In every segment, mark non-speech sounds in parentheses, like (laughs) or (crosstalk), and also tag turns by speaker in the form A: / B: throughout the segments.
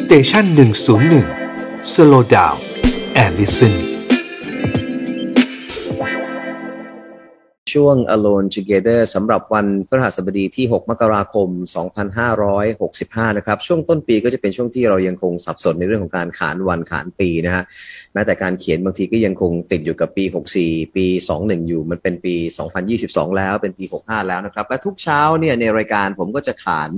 A: สเตชันหนึ่งศูนย์หนึ่งสโลดาวแอลลิสัน
B: ช่วง Alone Together สำหรับวันพฤหัสบดีที่ 6 มกราคม 2565 นะครับ ช่วงต้นปีก็จะเป็นช่วงที่เรายังคงสับสนในเรื่องของการขานวันขานปีนะฮะแม้แต่การเขียนบางทีก็ยังคงติดอยู่กับปี 64 ปี 21 อยู่ มันเป็นปี 2022 แล้วเป็นปี 65 แล้วนะครับ และทุกเช้าเนี่ยในรายการผมก็จะขาน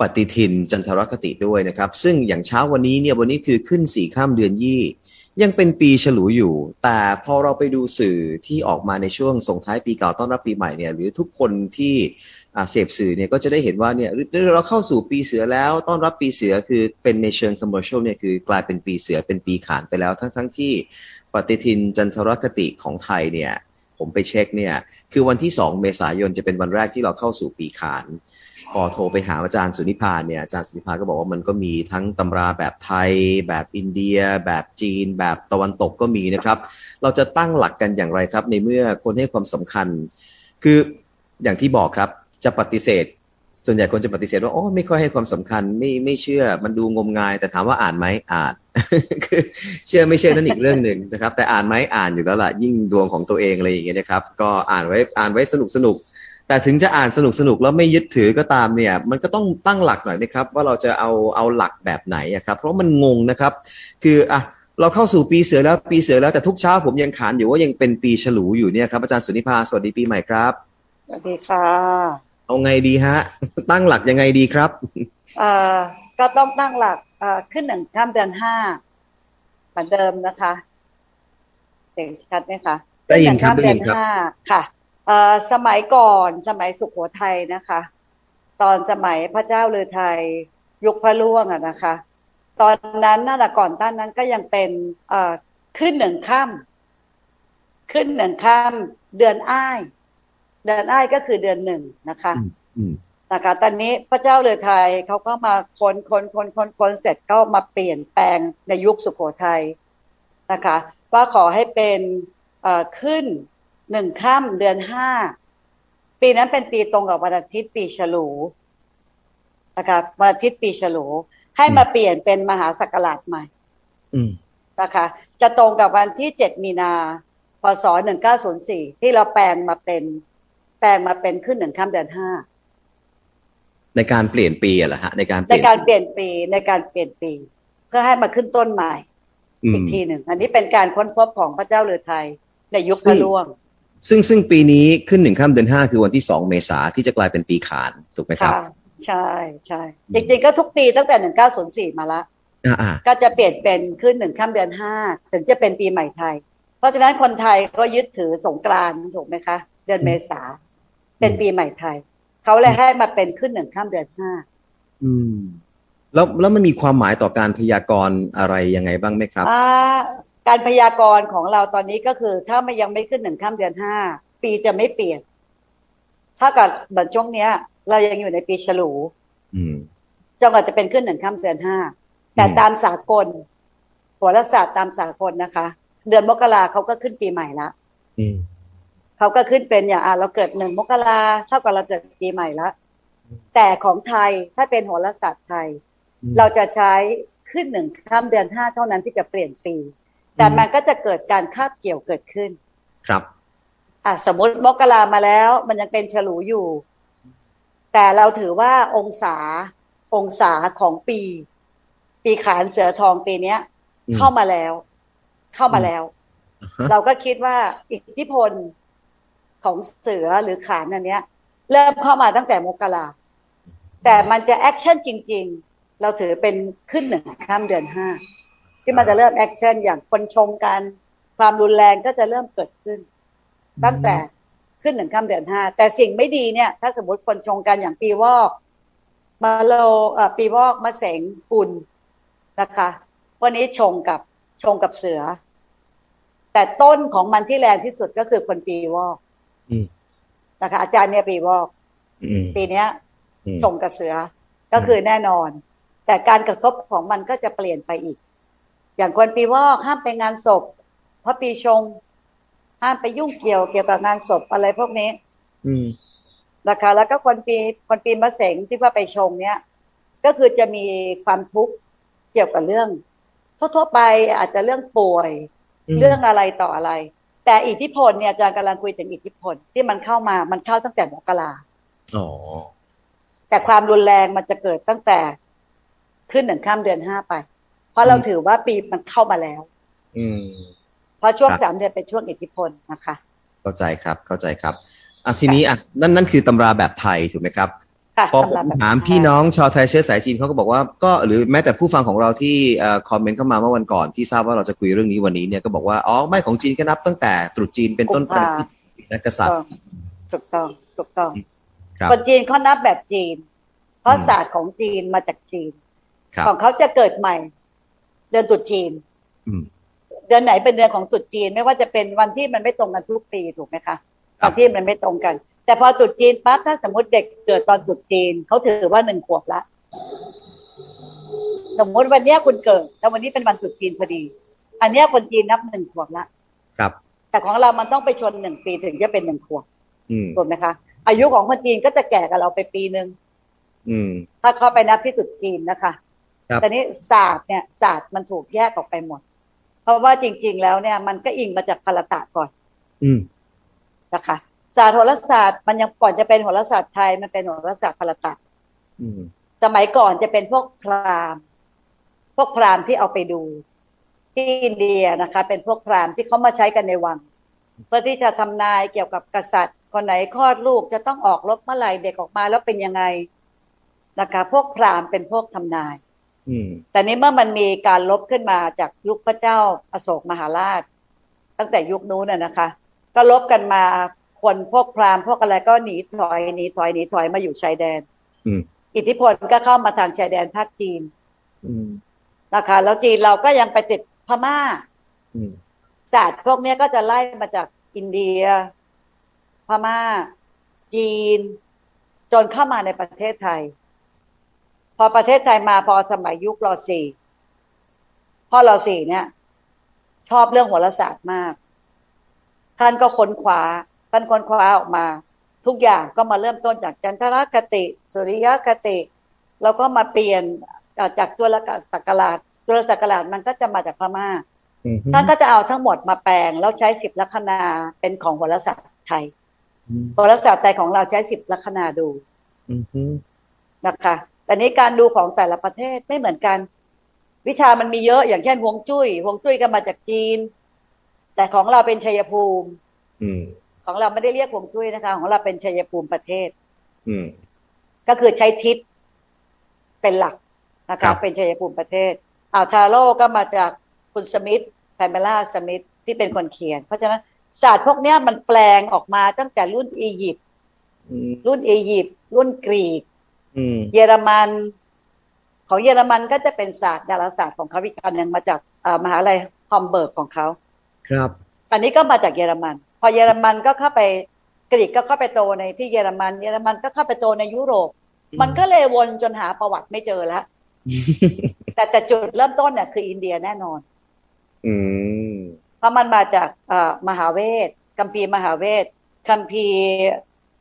B: ปฏิทินจันทรคติด้วยนะครับ ซึ่งอย่างเช้าวันนี้เนี่ยวันนี้คือขึ้นสี่ข้ามเดือนยี่ ยังเป็นปีฉลูอยู่ แต่พอเราไปดูสื่อที่ออกมาในช่วงส่งท้ายปีเก่าต้อนรับปีใหม่เนี่ยหรือทุกคนที่อ่าเสพสื่อเนี่ยก็จะได้เห็นว่าเนี่ยเราเข้าสู่ปีเสือแล้วต้อนรับปีเสือคือเป็นในเชิงคอมเมอร์เชลเนี่ยคือกลายเป็นปีเสือเป็นปีขานไปแล้วทั้งทั้งๆที่ปฏิทินจันทรคติของไทยเนี่ยผมไปเช็คเนี่ยคือวันที่ 2 เมษายนจะเป็นวันแรกที่เราเข้าสู่ปีขาน พอโทรไปหาอาจารย์สุนิพานเนี่ยอาจารย์สุนิพานก็บอกว่ามันก็มีทั้งตำราแบบไทย แบบอินเดีย แบบจีน แบบตะวันตกก็มีนะครับ เราจะตั้งหลักกันอย่างไรครับ ในเมื่อคนให้ความสำคัญ คืออย่างที่บอกครับจะปฏิเสธ ส่วนใหญ่คนจะปฏิเสธว่าโอ้ไม่ค่อยให้ความสำคัญไม่ไม่เชื่อมันดูงมงาย แต่ถามว่าอ่านไหมอ่าน (laughs) คือเชื่อไม่เชื่อนั่นอีกเรื่องหนึ่งนะครับ แต่อ่านไหมอ่านอยู่แล้วล่ะยิ่งดวงของตัวเองอะไรอย่างเงี้ยนะครับก็อ่านไว้อ่านไว้สนุกสนุก แต่ถึงจะอ่านสนุกสนุกแล้วไม่ยึดถือก็ตามเนี่ย มันก็ต้องตั้งหลักหน่อยนะครับ ว่าเราจะเอาเอาหลักแบบไหนอะครับ เพราะมันงงนะครับ คืออ่ะเราเข้าสู่ปีเสือแล้วปีเสือแล้วแต่ทุกเช้าผมยังขานอยู่ว่ายังเป็นปีฉลูอยู่เนี่ยครับอาจารย์สุนิพาสวัสดีปีใหม่ครับ
C: สวัสดีค่ะ
B: เอาไงดีฮะ ตั้งหลักยังไงดีครับ
C: เอ่อก็ต้องตั้งหลักเอ่อขึ้นหนึ่งข้ามเดือนห้าเหมือนเดิมนะคะ เสียงชัดไหมคะ
B: ได้ยินครับได้
C: ขึ้ห
B: ยิน
C: ง
B: ครับ
C: ข้ามเดือนห้าค่ะเอ่อสมัยก่อนสมัยสุขโขทัยนะคะ ตอนสมัยพระเจ้าฤาไทยยุคพระล่วงอะนะคะ ตอนนั้นน่าจะก่อนต้านนั้นก็ยังเป็นเอ่อขึ้นหนึ่งข้ามขึ้นหนึ่งข้ามเดือนอ้าย เดือนอ้ายก็คือเดือนหนึ่งนะคะ
B: อืม
C: นะคะตอนนี้พระเจ้าเรือไทยเขาก็มาคนคนคนคนคนเสร็จก็มาเปลี่ยนแปลงในยุคสุโขทัยนะคะ ว่าขอให้เป็นเอ่อขึ้นหนึ่งค่ำเดือนห้าปีนั้นเป็นปีตรงกับวันอาทิตย์ปีฉลูนะคะวันอาทิตย์ปีฉลู ให้มาเปลี่ยนเป็นมหาศักราชใหม่
B: อืม
C: นะคะจะตรงกับวันที่ 7 มีนาพศ1904 ที่เราแปลงมาเป็นแปลงมาเป็นขึ้นหนึ่งค่ำเดือนห้า
B: ในการเปลี่ยนปีอะเหรอฮะในการเป
C: ใน
B: ลี่ยน
C: การเปลี่ยนปีในการเปลี่ยนปี เพื่อให้มาขึ้นต้นใหม่
B: อื
C: อีก
B: ม
C: ทีหนึ่งอันนี้เป็นการค้นพบของพระเจ้าเรือไทย ในยุค
B: ซึ่
C: พ
B: ง
C: ระล่วง
B: ซึ่งซึ่งปีนี้ขึ้นหนึ่งข้ามเดือนห้าคือวันที่สองเมษาที่จะกลายเป็นปีขานถูกไหมครับ
C: ค่ะ ใช่ใช่จริงๆก็ทุกปีตั้งแต่ 1904 มาละ
B: อ่าอ่า
C: ก็จะเปลี่ยนเป็นขึ้นหนึ่งข้ามเดือนห้าถึงจะเป็นปีใหม่ไทย เพราะฉะนั้นคนไทยก็ยึดถือสงกรานต์ถูกไหมคะ เดือนเมษาเป็นปีใหม่ไทย เขาเลยให้มาเป็นขึ้นหนึ่งข้ามเดือนห้า
B: อืม แล้วแล้วมันมีความหมายต่อการพยากรณ์อะไรยังไงบ้างไหมครับ
C: อ่าการพยากรณ์ของเราตอนนี้ก็คือ ถ้ามันยังไม่ขึ้นหนึ่งข้ามเดือนห้าปีจะไม่เปลี่ยน ถ้ากับเหมือนช่วงเนี้ย เรายังอยู่ในปีฉลู
B: อืม
C: จนกว่าจะเป็นขึ้นหนึ่งข้ามเดือนห้าแต่
B: อืม
C: ตามสากลโหราศาสตร์ตามสากลนะคะ เดือนมกราเขาก็ขึ้นปีใหม่ละ
B: อืม
C: เขาก็ขึ้นเป็นอย่างอ่ะเราเกิดหนึ่งมกราเท่ากับเราเกิดปีใหม่ละแต่ของไทยถ้าเป็นโหราศาสตร์ไทย เราจะใช้ขึ้นหนึ่งข้ามเดือนห้าเท่านั้นที่จะเปลี่ยนปี แต่
B: อืม
C: มันก็จะเกิดการคาบเกี่ยวเกิดขึ้น
B: ครับ
C: อ่ะสมมติมกรามาแล้ว มันยังเป็นฉลูอยู่ แต่เราถือว่าองศาองศาของปี ปีขานเสือทองปีเนี้ย
B: อืม
C: เข้ามาแล้ว เข้ามาแล้ว
B: อ่าฮะ
C: เราก็คิดว่าอิทธิพลของเสือหรือขานอันเนี้ย เริ่มเข้ามาตั้งแต่มกราแต่มันจะแอคชั่นจริง ๆ เราถือเป็นขึ้นหนึ่งข้ามเดือนห้าที่มันจะเริ่มแอคชั่นอย่างคนชงกัน ความรุนแรงก็จะเริ่มเกิดขึ้น ตั้งแต่ขึ้นหนึ่งข้ามเดือนห้าแต่สิ่งไม่ดีเนี่ย ถ้าสมมติคนชงกันอย่างปีวอก มาโลเอ่อปีวอกมาเสงกุลนะคะ วันนี้ชงกับชงกับเสือ แต่ต้นของมันที่แรงที่สุดก็คือคนปีวอก
B: อืม
C: นะคะ อาจารย์เนี่ยปีวอก
B: อืม
C: ปีเนี้ย
B: อืม
C: ชงกับเสือก็คือแน่นอน แต่การกระทบของมันก็จะเปลี่ยนไปอีก อย่างคนปีวอกห้ามไปงานศพเพราะปีชง ห้ามไปยุ่งเกี่ยวเกี่ยวกับงานศพอะไรพวกนี้
B: อืม
C: นะคะแล้วก็คนปีคนปีมะเสงที่ว่าไปชงเนี่ย ก็คือจะมีความทุกข์เกี่ยวกับเรื่อง ทั่วๆไปอาจจะเรื่องป่วย
B: ม
C: เรื่องอะไรต่ออะไร แต่อิทธิพลเนี่ยอาจารย์กำลังคุยถึงอิทธิพลที่มันเข้ามามันเข้าตั้งแต่มกรา
B: อ๋อ
C: แต่ความรุนแรงมันจะเกิดตั้งแต่ขึ้นหนึ่งข้ามเดือนห้าไป เพราะเราถือว่าปีมันเข้ามาแล้ว
B: อืม
C: เพราะช่วง
B: ครับ
C: สามเดือนเป็นช่วงอิทธิพลนะคะ
B: เข้าใจครับเข้าใจครับอ่ะทีนี้อ่ะนั่นนั่นคือตำราแบบไทยถูกไหมครับ
C: ค่ะ
B: พอ
C: สำหรับแบบ
B: ถาม
C: นี้
B: พี่น้องชาวไทยเชื้อสายจีนเขาก็บอกว่าก็หรือแม้แต่ผู้ฟังของเราที่เอ่อคอมเมนต์เข้ามาเมื่อวันก่อนที่ทราบว่าเราจะคุยเรื่องนี้วันนี้เนี่ยก็บอกว่าอ๋อไม่ของจีนก็นับตั้งแต่ตรุษจีนเป็นต้นไปนักกษัตริย์
C: ถูกต้องถูกต้อง
B: ครับ
C: คนจีนเขานับแบบจีน เพ
B: อื
C: ราะ
B: ม
C: ศาสตร์ของจีนมาจากจีน
B: ครับ
C: ของเขาจะเกิดใหม่ เดือนตรุษจีน
B: อืม
C: เดือนไหนเป็นเดือนของตรุษจีน ไม่ว่าจะเป็นวันที่มันไม่ตรงกันทุกปีถูกไหมคะ
B: ครับ
C: วันที่มันไม่ตรงกัน แต่พอตรุษจีนปั๊บถ้าสมมติเด็กเกิดตอนตรุษจีนเขาถือว่าหนึ่งขวบละสมมติวันเนี้ยคุณเกิดแล้ววันนี้เป็นวันตรุษจีนพอดี อันเนี้ยคนจีนนับหนึ่งขวบละ
B: ครับ
C: แต่ของเรามันต้องไปชนหนึ่งปีถึงจะเป็นหนึ่งขวบ
B: อืม
C: ถูกไหมคะ อายุของคนจีนก็จะแก่กับเราไปปีหนึ่ง
B: อืม
C: ถ้าเข้าไปนับที่จุดจีนนะคะ
B: ครับ
C: แต่นี้ศาสตร์เนี่ยศาสตร์มันถูกแยกออกไปหมด เพราะว่าจริง ๆ แล้วเนี่ยมันก็อิงมาจากพลตะก่อน
B: อืม
C: นะคะ ศาสตร์โหราศาสตร์มันยังก่อนจะเป็นโหราศาสตร์ไทยมันเป็นโหราศาสตร์พลตะ
B: อืม
C: สมัยก่อนจะเป็นพวกพราหมณ์ พวกพราหมณ์ที่เอาไปดู ที่อินเดียนะคะ เป็นพวกพราหมณ์ที่เขามาใช้กันในวัง เพื่อที่จะทำนายเกี่ยวกับกษัตริย์ คนไหนคลอดลูกจะต้องออกรบเมื่อไหร่เด็กออกมาแล้วเป็นยังไงนะคะ พวกพราหมณ์เป็นพวกทำนาย
B: อืม
C: แต่นี้เมื่อมันมีการลบขึ้นมาจากยุคพระเจ้าอโศกมหาราช ตั้งแต่ยุคนู้นน่ะนะคะ ก็ลบกันมาคนพวกพราหมณ์พวกอะไรก็หนีถอยหนีถอยหนีถอยมาอยู่ชายแดน
B: อืม
C: อิทธิพลก็เข้ามาทางชายแดนภาคจีน
B: อืม
C: นะคะแล้วจีนเราก็ยังไปติดพม่า
B: อืม
C: ศาสตร์พวกเนี้ยก็จะไล่มาจากอินเดีย พม่า จีน จนเข้ามาในประเทศไทย พอประเทศไทยมาพอสมัยยุครอสี่พ่อรอสี่เนี่ย ชอบเรื่องโหราศาสตร์มาก ท่านก็ค้นคว้าท่านค้นคว้าออกมา ทุกอย่างก็มาเริ่มต้นจากจันทรคติ สุริยคติ แล้วก็มาเปลี่ยนเอ่อจากจุลกะศักราชจุลศักราชมันก็จะมาจากพม่า
B: อืม
C: ท่านก็จะเอาทั้งหมดมาแปลง แล้วใช้สิบลัคนาเป็นของโหราศาสตร์ไทย โหราศาสตร์ไทยของเราใช้สิบลัคนาดู
B: อืมอืม
C: นะคะแต่นี้การดูของแต่ละประเทศไม่เหมือนกัน วิชามันมีเยอะอย่างเช่นฮวงจุ้ยฮวงจุ้ยก็มาจากจีน แต่ของเราเป็นชัยภูมิ
B: อืม
C: ของเราไม่ได้เรียกฮวงจุ้ยนะคะ ของเราเป็นชัยภูมิประเทศ
B: อืม
C: ก็คือใช้ทิศเป็นหลักนะ
B: ครั
C: คะ
B: บ
C: เป็นชัยภูมิประเทศอ่าวทาโร่ก็มาจากคุณสมิธแพมเบล่าสมิธที่เป็นคนเขียน เพราะฉะนั้นศาสตร์พวกเนี้ยมันแปลงออกมาตั้งแต่รุ่นอียิปต์
B: อืม
C: รุ่นอียิปต์รุ่นกรีก
B: อืม
C: เยอรมัน ของเยอรมันก็จะเป็นศาสตร์ดาราศาสตร์ของเขาอีกอันหนึ่งมาจากเอ่อมหาลัยฮอมเบิร์กของเขา
B: ครับ
C: อันนี้ก็มาจากเยอรมัน พอเยอรมันก็เข้าไปกรีกก็เข้าไปโตในที่เยอรมัน เยอรมันก็เข้าไปโตในยุโรป
B: อืม
C: มันก็เลยวนจนหาประวัติไม่เจอแล้ว แต่แต่จุดเริ่มต้นเนี่ยคืออินเดียแน่นอน
B: อืม
C: เพราะมันมาจากเอ่อมหาเวทคัมภีร์มหาเวทคัมภีร์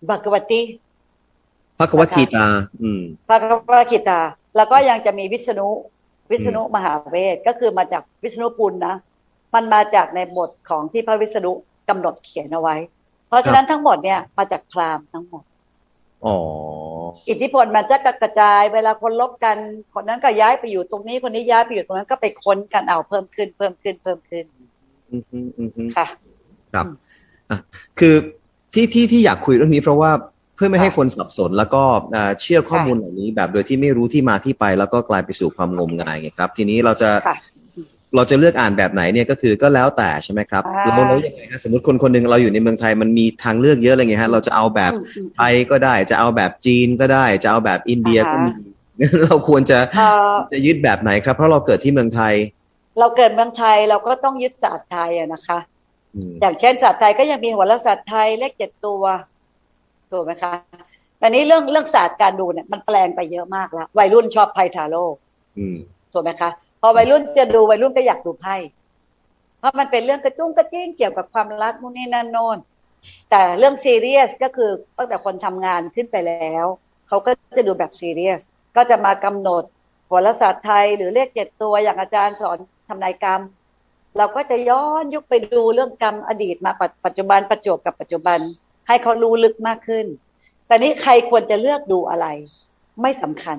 C: บักวัตติ
B: พระกวทีตา อืม
C: พระกวกิตา แล้วก็ยังจะมีวิษณุวิษณุมหาเวทก็คือมาจากวิษณุปุณนะมันมาจากในบทของที่พระวิษณุกำหนดเขียนเอาไว้ เพราะฉะนั้นทั้งหมดเนี่ยมาจากพราหมณ์ทั้งหมด
B: อ๋อ
C: อิทธิพลมันจะกระจายเวลาคนลบกัน คนนั้นก็ย้ายไปอยู่ตรงนี้คนนี้ย้ายไปอยู่ตรงนั้นก็ไปค้นกันเอาเพิ่มขึ้นเพิ่มขึ้นเพิ่มขึ้น
B: อืมอืมอืมอืม
C: ค่ะ
B: ครับ
C: อืม
B: อ่ะคือที่ที่ที่อยากคุยเรื่องนี้เพราะว่าเพื่อไม่ให้คนสับสน แล้วก็เอ่อเชื่อข้อมูลเหล่านี้ แบบโดยที่ไม่รู้ที่มาที่ไป แล้วก็กลายไปสู่ความงมงายไงครับ ทีนี้เราจะ
C: ค่ะ
B: เราจะเลือกอ่านแบบไหนเนี่ยก็คือก็แล้วแต่ใช่ไหมครับ
C: อ่า
B: เราเราอย่างไงฮะสมมติคนคนหนึ่งเราอยู่ในเมืองไทยมันมีทางเลือกเยอะอะไรเงี้ยฮะเราจะเอาแบบ
C: อืมอืม
B: ไทยก็ได้ จะเอาแบบจีนก็ได้ จะเอาแบบอินเดียก็มี (laughs) เราควรจะ
C: เอ่อ
B: จะยึดแบบไหนครับ เพราะเราเกิดที่เมืองไทย
C: เราเกิดเมืองไทยเราก็ต้องยึดศาสตร์ไทยอะนะคะ
B: อืม
C: อย่างเช่นศาสตร์ไทยก็ยังมีโหราศาสตร์ไทยเลขเจ็ดตัวถูกไหมคะแต่นี้เรื่องเรื่องศาสตร์การดูเนี่ยมันแปลงไปเยอะมากแล้ว วัยรุ่นชอบไพ่ทาโร่
B: อืม
C: ถูกไหมคะ พอวัยรุ่นจะดูวัยรุ่นก็อยากดูไพ่เพราะมันเป็นเรื่องกระจุ้งกระจิ้งเกี่ยวกับความรักนู่นนี่นั่นโน่นแต่เรื่องซีเรียสก็คือตั้งแต่คนทำงานขึ้นไปแล้ว เขาก็จะดูแบบซีเรียส ก็จะมากำหนดโหราศาสตร์ไทยหรือเลขเจ็ดตัวอย่างอาจารย์สอนทำนายกรรม เราก็จะย้อนยุคไปดูเรื่องกรรมอดีตมาปัจปัจจุบันประจวบกับปัจจุบัน ให้เขารู้ลึกมากขึ้น แต่นี้ใครควรจะเลือกดูอะไร ไม่สำคัญ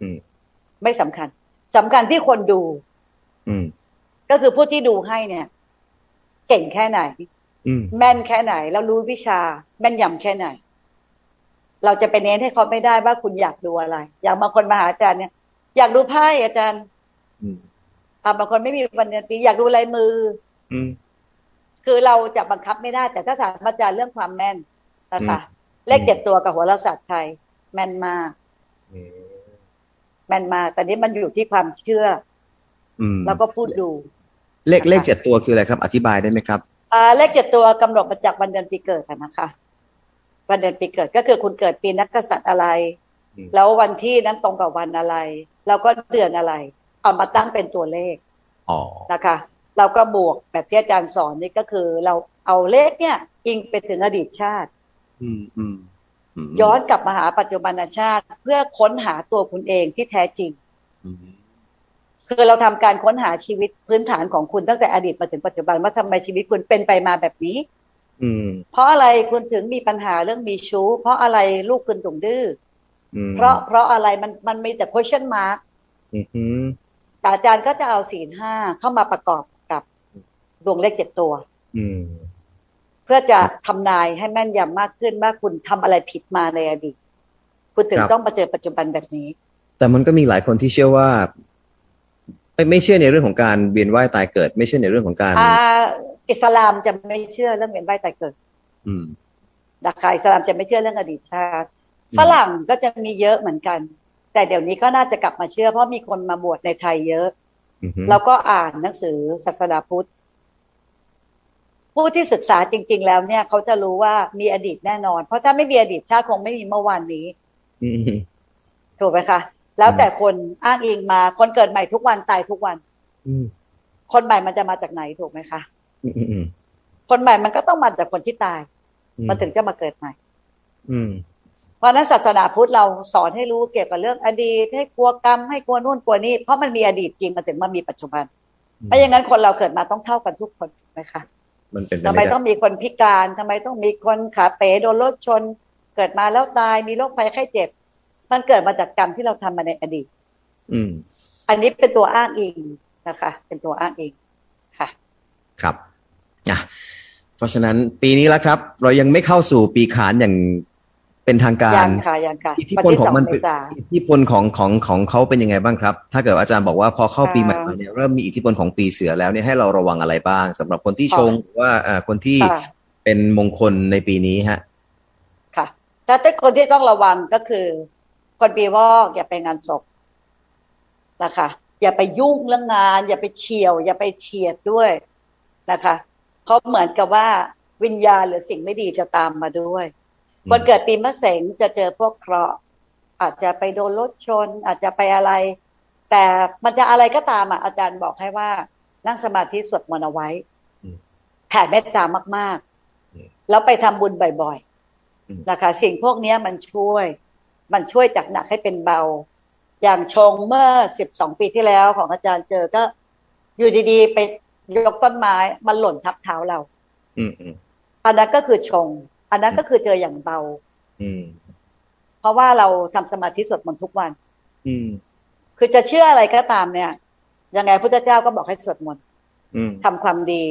B: อืม
C: ไม่สำคัญสำคัญที่คนดู
B: อืม
C: ก็คือผู้ที่ดูให้เนี่ย เก่งแค่ไหน
B: อืม
C: แม่นแค่ไหน แล้วรู้วิชา แม่นยำแค่ไหน เราจะไปเน้นให้เขาไม่ได้ว่าคุณอยากดูอะไร อย่างบางคนมาหาอาจารย์เนี่ย อยากดูไพ่อาจารย์
B: อืม
C: อ่าบางคนไม่มีวันเดือนปีอยากดูลายมือ
B: อืม
C: คือเราจะบังคับไม่ได้ แต่ถ้าถามอาจารย์เรื่องความแม่นนะคะเลขเจ็ดตัวกับหัวเราศาสตร์ไทย แม่นมาก
B: อืม
C: แม่นมากแต่นี้มันอยู่ที่ความเชื่อ
B: อืม
C: อแล้วก็พูดดู
B: เลข
C: นะคะ
B: เลขเจ็ดตัวคืออะไรครับ อธิบายได้ไหมครับ
C: อ่าเลขเจ็ดตัวกำหนดมาจากวันเดือนปีเกิดอะนะคะ วันเดือนปีเกิดก็คือคุณเกิดปีนักกษัตริย์อะไร
B: อืม
C: แล้ววันที่นั้นตรงกับวันอะไร แล้วก็เดือนอะไร เอามาตั้งเป็นตัวเลข
B: อ๋อ
C: นะคะ เราก็บวกแบบที่อาจารย์สอนนี่ก็คือ เราเอาเลขเนี่ยอิงไปถึงอดีตชาติ
B: อืมอืมม
C: ย้อนกลับมาหาปัจจุบันชาติ เพื่อค้นหาตัวคุณเองที่แท้จริง
B: อืม
C: คือเราทำการค้นหาชีวิตพื้นฐานของคุณตั้งแต่อดีตมาถึงปัจจุบันว่าทำไมชีวิตคุณเป็นไปมาแบบนี้
B: อืม
C: เพราะอะไรคุณถึงมีปัญหาเรื่องมีชู้ เพราะอะไรลูกคุณถึงดื้อ
B: อืม
C: เพราะเพราะอะไรมันมันมีแต่ question mark
B: อืมอืม
C: แต่อาจารย์ก็จะเอาศีลห้าเข้ามาประกอบกับดวงเลขเจ็ดตัว
B: อืม
C: เพื่อจะทำนายให้แม่นยำมากขึ้นว่าคุณทำอะไรผิดมาในอดีต คุณถึง
B: ครับ
C: ต้องมาเจอปัจจุบันแบบนี้
B: แต่มันก็มีหลายคนที่เชื่อว่า ไม่ไม่เชื่อในเรื่องของการเวียนว่ายตายเกิด ไม่เชื่อในเรื่องของการ
C: อ่าอิสลามจะไม่เชื่อเรื่องเวียนว่ายตายเกิด
B: อืม
C: นะคะอิสลามจะไม่เชื่อเรื่องอดีตชาติ
B: อืม
C: ฝรั่งก็จะมีเยอะเหมือนกัน แต่เดี๋ยวนี้ก็น่าจะกลับมาเชื่อเพราะมีคนมาบวชในไทยเยอะ
B: อืมฮึ
C: แล้วก็อ่านหนังสือศาสนาพุทธ ผู้ที่ศึกษาจริง ๆ แล้วเนี่ย เขาจะรู้ว่ามีอดีตแน่นอน เพราะถ้าไม่มีอดีตชาติคงไม่มีเมื่อวานนี้
B: อืมฮึ
C: ถูกไหมคะ แล้วแต่คนอ้างอิงมาคนเกิดใหม่ทุกวันตายทุกวัน
B: อืม
C: คนใหม่มันจะมาจากไหนถูกไหมคะ
B: อืมอืมอืม
C: คนใหม่มันก็ต้องมาจากคนที่ตาย
B: อื
C: มันถึงจะมาเกิดใหม่
B: อืม
C: เพราะฉะนั้นศาสนาพุทธเราสอนให้รู้เกี่ยวกับเรื่องอดีต ให้กลัวกรรมให้กลัวนู่นกลัวนี่เพราะมันมีอดีตจริงมันถึงมามีปัจจุบันไม่อย่างนั้นคนเราเกิดมาต้องเท่ากันทุกคนถูกไหมคะ
B: มันเป็นป
C: ทำไม
B: ด้
C: ต้องมีคนพิการทำไมต้องมีคนขาเป๋โดนรถชน เกิดมาแล้วตายมีโรคภัยไข้เจ็บ มันเกิดมาจากกรรมที่เราทำมาในอดีต
B: อืม
C: อันนี้เป็นตัวอ้างอิงนะคะ เป็นตัวอ้างอิงค่ะ
B: ครับอ่ะเพราะฉะนั้นปีนี้แล้วครับ เรายังไม่เข้าสู่ปีขานอย่างเป็นทางกา
C: ยั
B: ร
C: งค่ะยังค่ะ
B: อิทธิพลของมัน
C: วัที่สเษา
B: อิทธิพลของของของเขาเป็นยังไงบ้างครับ ถ้าเกิดอาจารย์บอกว่าพอเข้าปีใหม่มาเนี่ยเริ่มมีอิทธิพลของปีเสือแล้วเนี่ยให้เราระวังอะไรบ้างสำหรับคนที่ชงหรือว่าอ่าคนที่
C: ค่ะ
B: เป็นมงคลในปีนี้ฮะ
C: ค่ะ ถ้าเป็นคนที่ต้องระวังก็คือ คนปีวอกอย่าไปงานศพนะคะ อย่าไปยุ่งเรื่องงาน อย่าไปเฉียว อย่าไปเฉียดด้วยนะคะเพราะเหมือนกับว่าวิญญาณหรือสิ่งไม่ดีจะตามมาด้วย
B: อืม
C: คนเกิดปีมะเสงจะเจอพวกเคราะห์อาจจะไปโดนรถชน อาจจะไปอะไร แต่มันจะอะไรก็ตามอ่ะอาจารย์บอกให้ว่า นั่งสมาธิสวดมนต์เอาไว้
B: อืม
C: แผ่เมตตามาก
B: อืม
C: ๆ แล้วไปทำบุญบ่อย
B: อืม
C: ๆนะคะ สิ่งพวกเนี้ยมันช่วย มันช่วยจากหนักให้เป็นเบา อย่างชงเมื่อสิบสองปีที่แล้วของอาจารย์เจอก็ อยู่ดีๆ ไปยกต้นไม้มันหล่นทับเท้าเรา
B: อืมอืม
C: อันนั้นก็คือชง อันนั้นก็คือเจออย่างเบา
B: อืม
C: เพราะว่าเราทำสมาธิสวดมนต์ทุกวัน
B: อืม
C: คือจะเชื่ออะไรก็ตามเนี่ย ยังไงพุทธเจ้าก็บอกให้สวดมนต์
B: อืม
C: ทำความดี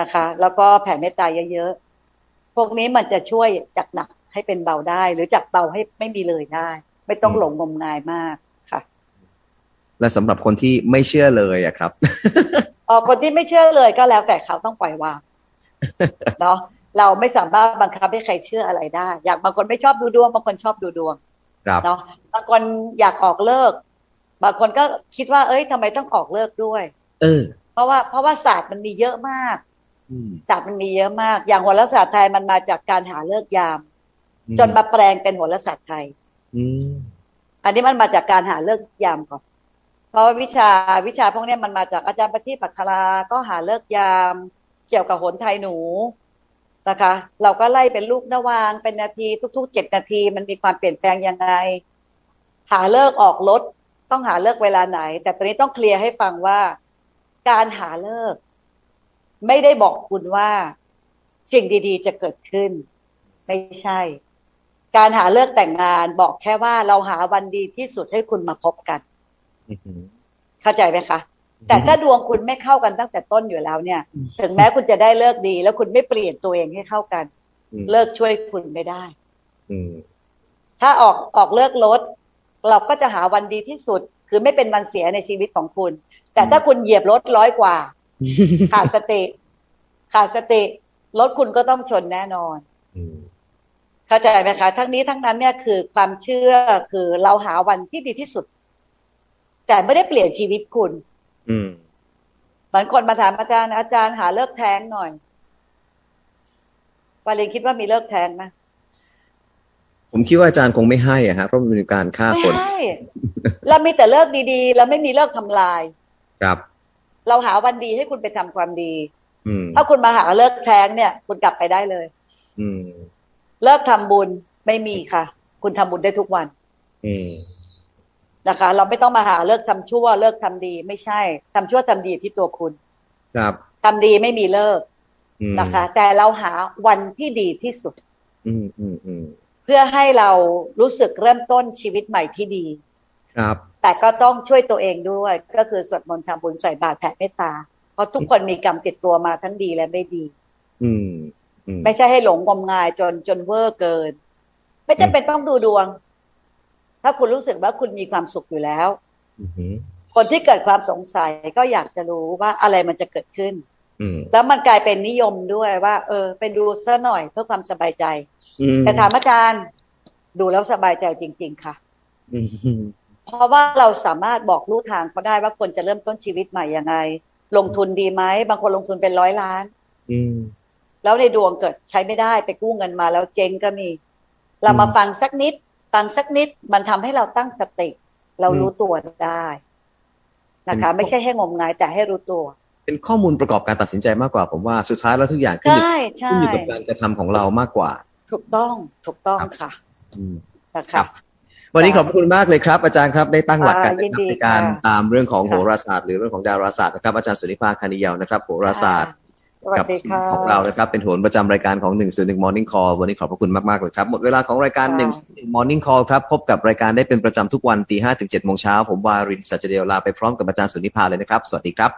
C: นะคะ แล้วก็แผ่เมตตาเยอะๆ พวกนี้มันจะช่วยจากหนักให้เป็นเบาได้ หรือจากเบาให้ไม่มีเลยได้ ไม่ต้องหลงงมงายมากค่ะ
B: และสำหรับคนที่ไม่เชื่อเลยอะครับ (laughs)
C: เออคนที่ไม่เชื่อเลยก็แล้วแต่เขาต้องปล่อยวาง เนาะเราไม่สามารถบังคับให้ใครเชื่ออะไรได้ อย่างบางคนไม่ชอบดูดวงบางคนชอบดูดวง
B: ครับ
C: เนาะบางคนอยากออกเลิก บางคนก็คิดว่า เอ้ยทำไมต้องออกเลิกด้วย
B: เออ
C: เพราะว่าเพราะว่าศาสตร์มันมีเยอะมาก
B: อืม
C: ศาสตร์มันมีเยอะมาก อย่างโหราศาสตร์ไทยมันมาจากการหาเลิกยาม จนมาแปลงเป็นโหราศาสตร์ไทย
B: อืม
C: อันนี้มันมาจากการหาเลิกยามก่อน เพราะว่าวิชาวิชาพวกเนี้ยมันมาจากอาจารย์ปฏิปักคลาก็หาเลิกยาม เกี่ยวกับโหนไทยหนูนะคะ เราก็ไล่เป็นลูกนวานเป็นนาทีทุกๆเจ็ดนาที มันมีความเปลี่ยนแปลงยังไง หาเลิกออกรถต้องหาเลิกเวลาไหน แต่ตอนนี้ต้องเคลียร์ให้ฟังว่า การหาเลิก ไม่ได้บอกคุณว่า สิ่งดีๆ จะเกิดขึ้น ไม่ใช่ การหาเลิกแต่งงานบอกแค่ว่าเราหาวันดีที่สุดให้คุณมาพบกัน
B: อือหือ
C: เข้าใจไหมคะ แต่ถ้าดวงคุณไม่เข้ากันตั้งแต่ต้นอยู่แล้วเนี่ย ถึงแม้คุณจะได้เลิกดี แล้วคุณไม่เปลี่ยนตัวเองให้เข้ากัน
B: อืม
C: เลิกช่วยคุณไม่ได้
B: อืม
C: ถ้าออกออกเลิกลดเราก็จะหาวันดีที่สุด คือไม่เป็นวันเสียในชีวิตของคุณ แต่ถ้าคุณเหยียบรถร้อยกว่า ขาดสติ ขาดสติรถคุณก็ต้องชนแน่นอน
B: อืม
C: เข้าใจไหมคะ ทั้งนี้ทั้งนั้นเนี่ยคือความเชื่อคือเราหาวันที่ดีที่สุด แต่ไม่ได้เปลี่ยนชีวิตคุณ
B: อืม
C: เหมือนคนมาถามอาจารย์อาจารย์หาเลิกแท้งหน่อยวาเลนคิดว่ามีเลิกแท้งไหม
B: ผมคิดว่าอาจารย์คงไม่ให้อะฮะเพราะมันเป็นการฆ่า
C: ไม่
B: คน
C: ให้เรามีแต่เลิกดีๆ เราไม่มีเลิกทำลาย
B: ครับ
C: เราหาวันดีให้คุณไปทำความดี
B: อืม
C: ถ้าคุณมาหาเลิกแท้งเนี่ย คุณกลับไปได้เลย
B: อืม
C: เลิกทำบุญไม่มีค่ะ คุณทำบุญได้ทุกวัน
B: อืม
C: นะคะ เราไม่ต้องมาหาเลิกทำชั่ว เลิกทำดีไม่ใช่ทำชั่วทำดีที่ตัวคุณ
B: ครับ
C: ทำดีไม่มีเลิก
B: อืม
C: นะคะ แต่เราหาวันที่ดีที่สุด
B: อืมอืมอืม
C: เพื่อให้เรารู้สึกเริ่มต้นชีวิตใหม่ที่ดี
B: ครับ
C: แต่ก็ต้องช่วยตัวเองด้วย ก็คือสวดมนต์ทำบุญใส่บาตรแผ่เมตตา เพราะทุกคนมีกรรมติดตัวมาทั้งดีและไม่ดี
B: อืมอืม
C: ไม่ใช่ให้หลงงมงายจนจนเวอร์เกิน ไม่จำเป็นต้องดูดวง ถ้าคุณรู้สึกว่าคุณมีความสุขอยู่แล้ว
B: อือหือ
C: คนที่เกิดความสงสัยก็อยากจะรู้ว่าอะไรมันจะเกิดขึ้น
B: อืม
C: แล้วมันกลายเป็นนิยมด้วยว่า เออไปดูซะหน่อยเพื่อความสบายใจ
B: อืม
C: แต่ถามอาจารย์ ดูแล้วสบายใจจริง ๆ ค่ะ
B: อืมอืม
C: เพราะว่าเราสามารถบอกลู่ทางเขาได้ว่าควรจะเริ่มต้นชีวิตใหม่ยังไง ลงทุนดีไหมบางคนลงทุนเป็นร้อยล้าน
B: อืม
C: แล้วในดวงเกิดใช้ไม่ได้ไปกู้เงินมาแล้วเจ๊งก็มี เรามา
B: อืม
C: ฟังสักนิด ฟังสักนิดมันทำให้เราตั้งสติ เรารู้ตัวได้นะคะ
B: อืม
C: ไม่ใช่ให้งมงายแต่ให้รู้ตัว
B: เป็นข้อมูลประกอบการตัดสินใจมากกว่าผมว่าสุดท้ายแล้วทุกอย่างขึ้นอยู่
C: ใช่
B: ขึ้
C: ใช่
B: นอยู่กับการกระทำของเรามากกว่า
C: ถูกต้องถูกต้องค่ะ
B: อืม
C: นะ
B: ครับ
C: คะ
B: วันนี้ขอบคุณมากเลยครับ อาจารย์ครับได้ตั้งหลักกัน
C: อ่ายิ
B: นะค
C: น
B: รับ
C: ดี
B: ในการ
C: ค่ะ
B: ตามเรื่องของ
C: ค่ะ
B: โหราศาสตร์หรือเรื่องของดาราศาสตร์นะครับอาจารย์สุนิพาคานิยาวนะครับโหราศาสตร์
C: สวัส
B: กั
C: ดีค่ะ
B: ของเรานะครับเป็นโหนประจำรายการของ 101 Morning Call วันนี้ขอบพระคุณมากๆเลยครับ หมดเวลาของรายการ
C: ค่ะ
B: 101 Morning Call ครับพบกับรายการได้เป็นประจำทุกวันตี5ถึง7โมงเช้าผมวารินสัจเดลลาไปพร้อมกับอาจารย์สุนิพาเลยนะครับ สวัสดีครับ